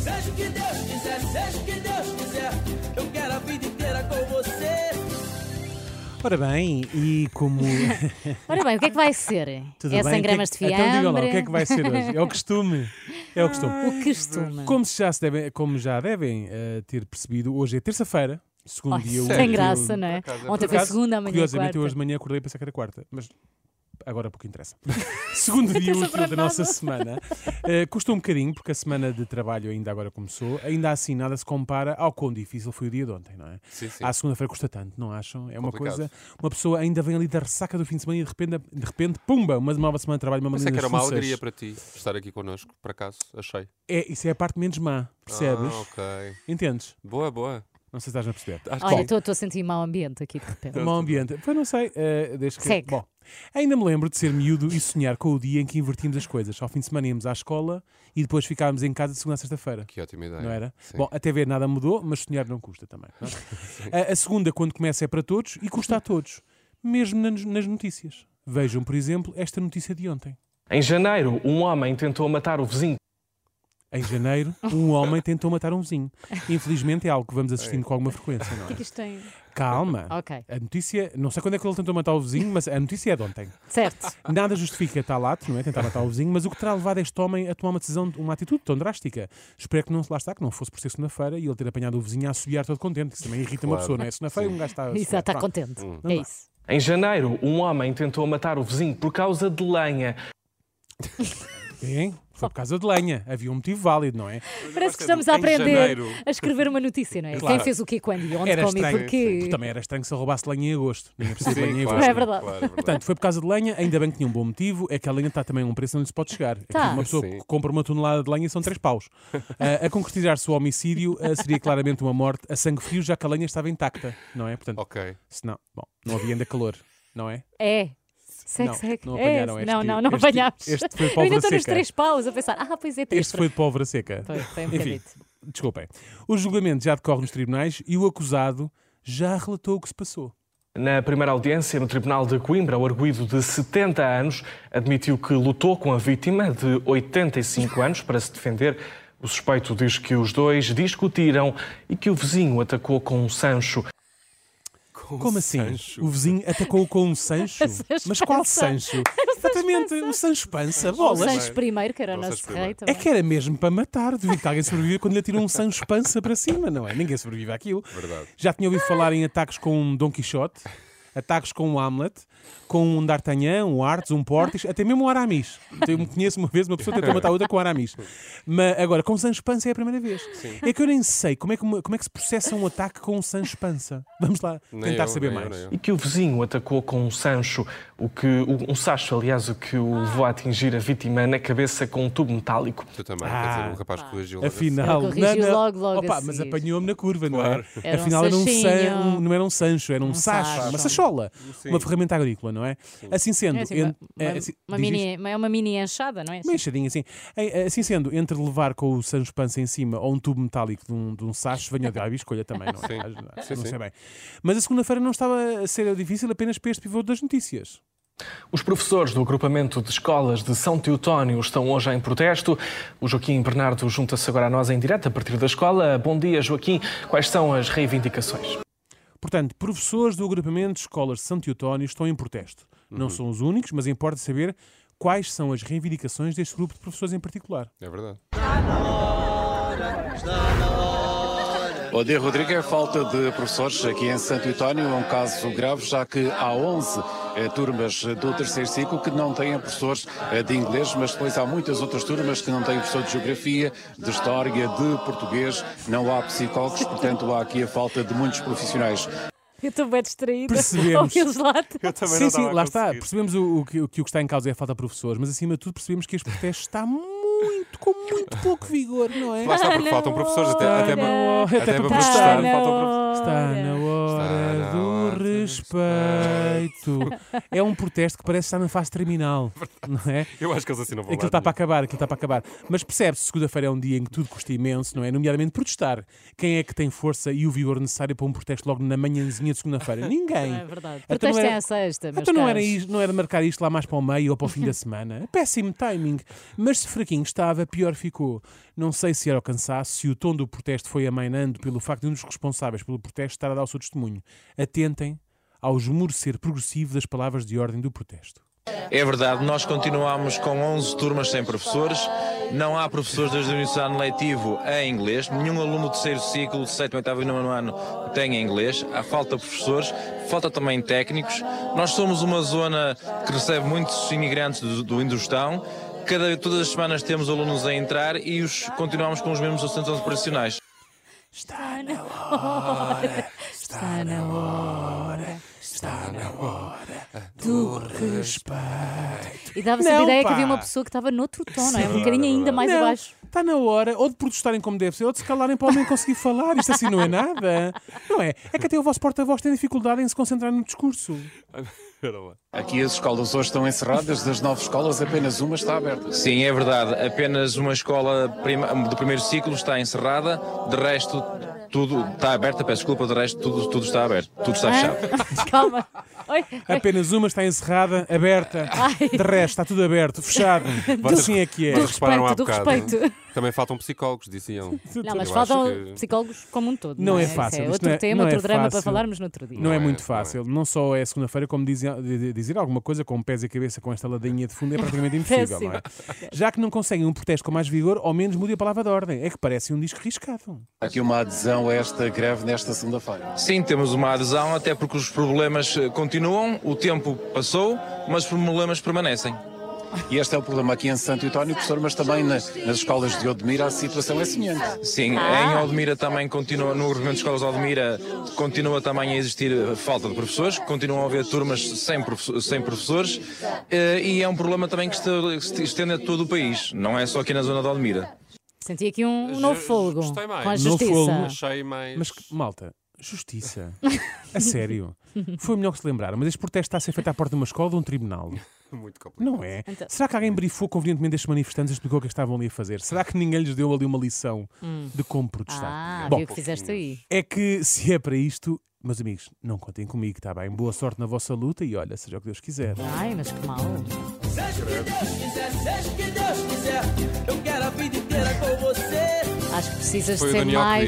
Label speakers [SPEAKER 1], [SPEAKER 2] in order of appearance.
[SPEAKER 1] Seja o que Deus quiser, seja o que Deus quiser, eu quero a vida inteira com você.
[SPEAKER 2] Ora bem, e como.
[SPEAKER 3] Ora bem, o que é que vai ser?
[SPEAKER 2] Tudo
[SPEAKER 3] é
[SPEAKER 2] bem?
[SPEAKER 3] 100
[SPEAKER 2] O que é
[SPEAKER 3] gramas
[SPEAKER 2] que-
[SPEAKER 3] de fiambre?
[SPEAKER 2] Então diga lá, o que é que vai ser hoje? É o costume. É o costume.
[SPEAKER 3] O que costuma?
[SPEAKER 2] Como, se já se devem, como já devem eh, ter percebido, hoje é terça-feira, segundo
[SPEAKER 3] Olha,
[SPEAKER 2] um dia
[SPEAKER 3] Oh, sem
[SPEAKER 2] útil.
[SPEAKER 3] graça, não é?
[SPEAKER 4] Por acaso, é
[SPEAKER 3] Ontem
[SPEAKER 4] por
[SPEAKER 3] foi
[SPEAKER 2] acaso,
[SPEAKER 3] segunda, amanhã é
[SPEAKER 2] Curiosamente,
[SPEAKER 3] quarta.
[SPEAKER 2] eu hoje de manhã acordei a pensar que era quarta, mas agora pouco interessa. Segundo dia
[SPEAKER 3] Interessa para
[SPEAKER 2] útil da nossa
[SPEAKER 3] nada.
[SPEAKER 2] semana. Eh, custou um bocadinho, porque a semana de trabalho ainda agora começou. Ainda assim, nada se compara ao quão difícil foi o dia de ontem, não é?
[SPEAKER 4] Sim, sim.
[SPEAKER 2] À segunda-feira custa tanto, não acham? É uma
[SPEAKER 4] Complicado.
[SPEAKER 2] coisa. Uma pessoa ainda vem ali da ressaca do fim de semana e de repente, de repente pumba, uma nova semana de trabalho, uma
[SPEAKER 4] Pensei
[SPEAKER 2] maneira
[SPEAKER 4] é que era uma
[SPEAKER 2] fuças.
[SPEAKER 4] alegria para ti estar aqui connosco, por acaso, achei.
[SPEAKER 2] É, isso é a parte menos má, percebes?
[SPEAKER 4] Ah, ok.
[SPEAKER 2] Entendes?
[SPEAKER 4] Boa, boa.
[SPEAKER 2] Não sei se estás a perceber.
[SPEAKER 4] Acho
[SPEAKER 3] Olha,
[SPEAKER 4] que
[SPEAKER 3] estou estou a sentir mau ambiente aqui de repente.
[SPEAKER 2] O mau ambiente. Pois não sei, eh, desde que.
[SPEAKER 3] Segue.
[SPEAKER 2] Bom, ainda me lembro de ser miúdo e sonhar com o dia em que invertimos as coisas. Ao fim de semana íamos à escola e depois ficávamos em casa de segunda a sexta-feira.
[SPEAKER 4] Que ótima ideia.
[SPEAKER 2] Não era?
[SPEAKER 4] Sim.
[SPEAKER 2] Bom, até ver nada mudou, mas sonhar não custa também. não é? a, a segunda, quando começa, é para todos e custa a todos, mesmo nas, nas notícias. Vejam, por exemplo, esta notícia de ontem.
[SPEAKER 5] Em janeiro, um homem tentou matar o vizinho
[SPEAKER 2] Em janeiro, um homem tentou matar um vizinho. Infelizmente é algo que vamos assistindo com alguma frequência, não é?
[SPEAKER 3] que isto tem?
[SPEAKER 2] Calma.
[SPEAKER 3] Ok.
[SPEAKER 2] A notícia, não sei quando é que ele tentou matar o vizinho, mas a notícia é de ontem.
[SPEAKER 3] Certo.
[SPEAKER 2] Nada justifica tal ato, não é? Tentar matar o vizinho, mas o que terá levado este homem a tomar uma decisão, uma atitude tão drástica? Espero que não, lá está, que não fosse por ser segunda-feira e ele ter apanhado o vizinho a assobiar todo contente, que isso também irrita uma
[SPEAKER 4] Claro.
[SPEAKER 2] pessoa, não é? Segunda-feira um gajo está. a
[SPEAKER 3] Isso,
[SPEAKER 2] assobiar.
[SPEAKER 3] está
[SPEAKER 2] Pronto.
[SPEAKER 3] contente.
[SPEAKER 2] Não
[SPEAKER 3] É
[SPEAKER 2] dá.
[SPEAKER 3] isso.
[SPEAKER 5] Em janeiro, um homem tentou matar o vizinho por causa de lenha.
[SPEAKER 2] Bem, é? foi por causa de lenha. Havia um motivo válido, não é?
[SPEAKER 3] Parece
[SPEAKER 4] gosto
[SPEAKER 3] que
[SPEAKER 4] é
[SPEAKER 3] estamos
[SPEAKER 4] do
[SPEAKER 3] a
[SPEAKER 4] em
[SPEAKER 3] aprender
[SPEAKER 4] janeiro.
[SPEAKER 3] a escrever uma notícia, não é?
[SPEAKER 2] Claro.
[SPEAKER 3] Quem fez o quê, quando e onde,
[SPEAKER 2] Era
[SPEAKER 3] como e
[SPEAKER 2] estranho,
[SPEAKER 3] porquê.
[SPEAKER 2] Porque também era estranho se ele roubasse lenha em agosto. Nem é preciso lenha em agosto.
[SPEAKER 3] claro. É
[SPEAKER 2] não é?
[SPEAKER 3] verdade.
[SPEAKER 4] claro, é verdade.
[SPEAKER 2] Portanto, foi por causa de lenha, ainda bem que tinha um bom motivo, é que a lenha está também a um preço onde se pode chegar. É que
[SPEAKER 3] Tá.
[SPEAKER 2] Uma pessoa
[SPEAKER 4] Sim.
[SPEAKER 2] que compra uma tonelada de lenha são três paus. Ah, a concretizar-se o homicídio ah, seria claramente uma morte a sangue frio, já que a lenha estava intacta, não é? Portanto,
[SPEAKER 4] Ok.
[SPEAKER 2] se não, bom, não havia ainda calor, não é?
[SPEAKER 3] É. Segue,
[SPEAKER 2] Não,
[SPEAKER 3] segue.
[SPEAKER 2] não
[SPEAKER 3] É,
[SPEAKER 2] apanharam este.
[SPEAKER 3] Não, não, não
[SPEAKER 2] Este-
[SPEAKER 3] apanhámos.
[SPEAKER 2] este foi
[SPEAKER 3] Eu ainda
[SPEAKER 2] pólvora
[SPEAKER 3] estou nos
[SPEAKER 2] seca.
[SPEAKER 3] três paus a pensar, ah, pois é, três
[SPEAKER 2] Este foi de pólvora seca.
[SPEAKER 3] Foi, foi um
[SPEAKER 2] Enfim,
[SPEAKER 3] bocadito.
[SPEAKER 2] desculpem. O julgamento já decorre nos tribunais e o acusado já relatou o que se passou.
[SPEAKER 5] Na primeira audiência no Tribunal de Coimbra, o arguído de 70 anos admitiu que lutou com a vítima de 85 anos para se defender. O suspeito diz que os dois discutiram e que o vizinho atacou com um sancho.
[SPEAKER 2] Como assim? O vizinho atacou com um Sancho?
[SPEAKER 3] Sancho
[SPEAKER 2] Mas qual
[SPEAKER 3] Pança.
[SPEAKER 2] Sancho? Exatamente, o Sancho Pança,
[SPEAKER 3] O
[SPEAKER 2] bolas.
[SPEAKER 3] Sancho primeiro, que era o
[SPEAKER 4] O
[SPEAKER 3] nosso
[SPEAKER 4] Sancho
[SPEAKER 3] rei
[SPEAKER 4] primeiro.
[SPEAKER 2] É
[SPEAKER 3] também.
[SPEAKER 2] que era mesmo para matar. Duvido que alguém sobreviva quando lhe atiram um Sancho Pança para cima, não é? Ninguém sobrevive àquilo.
[SPEAKER 4] Verdade.
[SPEAKER 2] Já tinha ouvido falar em ataques com um Dom Quixote, ataques com um Hamlet, com um D'Artagnan, um Artes, um Portis, até mesmo um Aramis. Eu me conheço uma vez uma pessoa que tentou matar outra com um Aramis. Mas agora, com Sancho Pança é a primeira vez. É que eu nem sei como é que, uma- como é que se processa um ataque com um Sancho Pança. Vamos lá
[SPEAKER 4] Nem
[SPEAKER 2] tentar
[SPEAKER 4] eu,
[SPEAKER 2] saber
[SPEAKER 4] nem eu,
[SPEAKER 2] mais.
[SPEAKER 4] nem eu.
[SPEAKER 5] E que o vizinho atacou com um sancho, o que, o- um sacho, aliás, o que o levou a atingir a vítima na cabeça com um tubo metálico.
[SPEAKER 4] Tu também.
[SPEAKER 2] Ah,
[SPEAKER 4] quer dizer, o rapaz corrigiu. logo
[SPEAKER 2] Afinal,
[SPEAKER 3] Ele corrigiu
[SPEAKER 2] não, não.
[SPEAKER 3] logo, logo a
[SPEAKER 2] Opa, mas
[SPEAKER 3] seguir.
[SPEAKER 2] apanhou-me na curva,
[SPEAKER 4] Claro.
[SPEAKER 2] não é?
[SPEAKER 3] Era um
[SPEAKER 2] Afinal, era um
[SPEAKER 3] sachinho.
[SPEAKER 2] san- um- não era um sancho, era um, sacho,
[SPEAKER 3] sacho.
[SPEAKER 2] uma sachola,
[SPEAKER 4] Sim.
[SPEAKER 2] uma ferramenta agrícola, não é? Assim sendo,
[SPEAKER 3] É assim,
[SPEAKER 2] en-
[SPEAKER 3] uma-
[SPEAKER 2] é,
[SPEAKER 3] uma-
[SPEAKER 2] assim-
[SPEAKER 3] uma
[SPEAKER 2] diz isto?
[SPEAKER 3] mini- uma- É uma mini enxada, não é?
[SPEAKER 2] Uma enxadinha assim. É, é, Assim sendo, entre levar com o Sancho Pança em cima ou um tubo metálico de um, de um sacho, venha de ábio, escolha também, não é?
[SPEAKER 4] Sim.
[SPEAKER 2] Ah,
[SPEAKER 4] Sim,
[SPEAKER 2] não
[SPEAKER 4] sim.
[SPEAKER 2] sei bem. Mas a segunda-feira não estava a ser difícil apenas para este pivô das notícias.
[SPEAKER 5] Os professores do agrupamento de escolas de São Teutónio estão hoje em protesto. O Joaquim Bernardo junta-se agora a nós em direto a partir da escola. Bom dia, Joaquim. Quais são as reivindicações?
[SPEAKER 2] Portanto, professores do agrupamento de escolas de São Teutónio estão em protesto.
[SPEAKER 4] Uhum.
[SPEAKER 2] Não são os únicos, mas importa saber quais são as reivindicações deste grupo de professores em particular.
[SPEAKER 4] É verdade.
[SPEAKER 6] O D. Rodrigo, É a falta de professores aqui em Santo António é um caso grave, já que há 11 eh, turmas do terceiro ciclo que não têm professores eh, de inglês, mas depois há muitas outras turmas que não têm professor de geografia, de história, de português, não há psicólogos, portanto há aqui a falta de muitos profissionais.
[SPEAKER 3] Eu estou bem distraída.
[SPEAKER 2] Percebemos.
[SPEAKER 3] Ou eles lá atrás.
[SPEAKER 4] Também
[SPEAKER 2] sim, sim, lá está. Percebemos o, o que, o que o que está em causa é a falta de professores, mas acima de tudo percebemos que este protesto está muito, com muito pouco vigor, não é?
[SPEAKER 4] Lá está, porque faltam professores até, até,
[SPEAKER 2] Está na
[SPEAKER 4] para-
[SPEAKER 2] hora,
[SPEAKER 4] até
[SPEAKER 2] até
[SPEAKER 4] para
[SPEAKER 2] para
[SPEAKER 4] protestar.
[SPEAKER 2] protestar.
[SPEAKER 4] Faltam professores.
[SPEAKER 2] Está na hora
[SPEAKER 4] Está na hora
[SPEAKER 2] do respeito. É um protesto que parece estar na fase terminal, não é?
[SPEAKER 4] Eu acho que eles assim não vão
[SPEAKER 2] Aquilo
[SPEAKER 3] é?
[SPEAKER 2] está para acabar, aquilo está para acabar. Mas percebe-se, segunda-feira é um dia em que tudo custa imenso, não é? Nomeadamente protestar. Quem é que tem força e o vigor necessário para um protesto logo na manhãzinha de segunda-feira? Ninguém.
[SPEAKER 3] É verdade.
[SPEAKER 2] Então não
[SPEAKER 3] Protestem
[SPEAKER 2] era-
[SPEAKER 3] à sexta, meus
[SPEAKER 2] Então não era,
[SPEAKER 3] caros.
[SPEAKER 2] isto- não era marcar isto lá mais para o meio ou para o fim da semana. É Péssimo timing. Mas se fraquinho estava, pior ficou. Não sei se era o cansaço, se o tom do protesto foi amainando pelo facto de um dos responsáveis pelo protesto estar a dar o seu testemunho. Atentem ao esmorecer progressivo das palavras de ordem do protesto.
[SPEAKER 7] É verdade, nós continuamos com 11 turmas sem professores, não há professores desde o início do ano letivo em inglês, nenhum aluno do terceiro ciclo, do sétimo, oitavo e nono ano tem inglês, há falta de professores, falta também técnicos. Nós somos uma zona que recebe muitos imigrantes do, do Indostão, Cada, todas as semanas temos alunos a entrar e os, continuamos com os mesmos assentos operacionais.
[SPEAKER 3] Está na hora. Está na hora.
[SPEAKER 2] Está na hora do respeito.
[SPEAKER 3] E dava-se a
[SPEAKER 2] Não,
[SPEAKER 3] ideia
[SPEAKER 2] pá.
[SPEAKER 3] que havia uma pessoa que estava noutro tom, não é? Um bocadinho ainda mais
[SPEAKER 2] Não,
[SPEAKER 3] abaixo.
[SPEAKER 2] Está na hora ou de protestarem como deve ser, ou de se calarem para o homem conseguir falar. Isto assim não é nada. Não é? É que até o vosso porta-voz tem dificuldade em se concentrar no discurso.
[SPEAKER 6] Aqui as escolas hoje estão encerradas, das nove escolas apenas uma está aberta.
[SPEAKER 7] Sim, é verdade. Apenas uma escola prima- do primeiro ciclo está encerrada, de resto tudo está aberto. Peço desculpa, de resto tudo, tudo está aberto, tudo está fechado.
[SPEAKER 3] Hã? Calma. Oi. oi.
[SPEAKER 2] Apenas uma está encerrada, aberta.
[SPEAKER 3] Ai.
[SPEAKER 2] De resto, está tudo aberto, fechado. Assim é que é.
[SPEAKER 3] Do
[SPEAKER 4] Repararam há
[SPEAKER 3] respeito, do
[SPEAKER 4] bocado.
[SPEAKER 3] respeito.
[SPEAKER 4] Também faltam psicólogos, diziam.
[SPEAKER 3] Não, mas
[SPEAKER 4] acho
[SPEAKER 3] faltam
[SPEAKER 4] que-
[SPEAKER 3] psicólogos como um todo.
[SPEAKER 2] Não é
[SPEAKER 3] Isso
[SPEAKER 2] fácil,
[SPEAKER 3] É
[SPEAKER 2] isto
[SPEAKER 3] outro
[SPEAKER 2] não é-
[SPEAKER 3] tema,
[SPEAKER 2] não é
[SPEAKER 3] outro drama para
[SPEAKER 2] fácil.
[SPEAKER 3] falarmos no outro dia.
[SPEAKER 2] Não, é,
[SPEAKER 4] é,
[SPEAKER 2] muito
[SPEAKER 4] não
[SPEAKER 2] fácil. Não, só é segunda-feira, como dizia- de- de- dizer alguma coisa com pés e cabeça com esta ladinha de fundo é praticamente impossível, não é? Já que não conseguem um protesto com mais vigor, ao menos mude a palavra de ordem. É que parece um disco riscado.
[SPEAKER 6] Há aqui uma adesão a esta greve nesta segunda-feira.
[SPEAKER 7] Sim, temos uma adesão, até porque os problemas eh, continuam, o tempo passou, mas os problemas permanecem.
[SPEAKER 6] E este é o problema aqui em Santo António, professor, mas também na- nas escolas de Odmira a situação é semelhante.
[SPEAKER 7] Sim, em Aldemira também continua, no Regimento de Escolas de Aldemira continua também a existir eh, falta de professores, continuam a haver turmas sem, profe- sem professores eh, e é um problema também que se- que se estende a todo o país, não é só aqui na zona de Aldemira.
[SPEAKER 3] Senti aqui um novo
[SPEAKER 4] Ju-
[SPEAKER 3] fogo
[SPEAKER 4] gostei mais.
[SPEAKER 3] com a
[SPEAKER 2] fogo.
[SPEAKER 4] Novo
[SPEAKER 3] justiça.
[SPEAKER 4] Achei mais.
[SPEAKER 2] Mas, que- malta, justiça. A sério. Foi o melhor que se lembraram. Mas este protesto está a ser feito à porta de uma escola ou de um tribunal.
[SPEAKER 4] Muito complicado.
[SPEAKER 2] Não é?
[SPEAKER 3] Então-
[SPEAKER 2] Será que alguém brifou convenientemente estes manifestantes e explicou o que é que estavam ali a fazer? Será que ninguém lhes deu ali uma lição de como protestar?
[SPEAKER 3] Hum. Ah,
[SPEAKER 2] Bom,
[SPEAKER 3] viu o que fizeste aí.
[SPEAKER 2] É que se é para isto, meus amigos, não contem comigo, está bem? Boa sorte na vossa luta e olha, seja o que Deus quiser.
[SPEAKER 3] Ai, mas que mal.
[SPEAKER 1] Seja o que Deus quiser, seja o que Deus quiser, eu quero a vida inteira com você.
[SPEAKER 3] Acho que precisas
[SPEAKER 4] Foi o
[SPEAKER 3] ser
[SPEAKER 4] Daniel que
[SPEAKER 3] mais.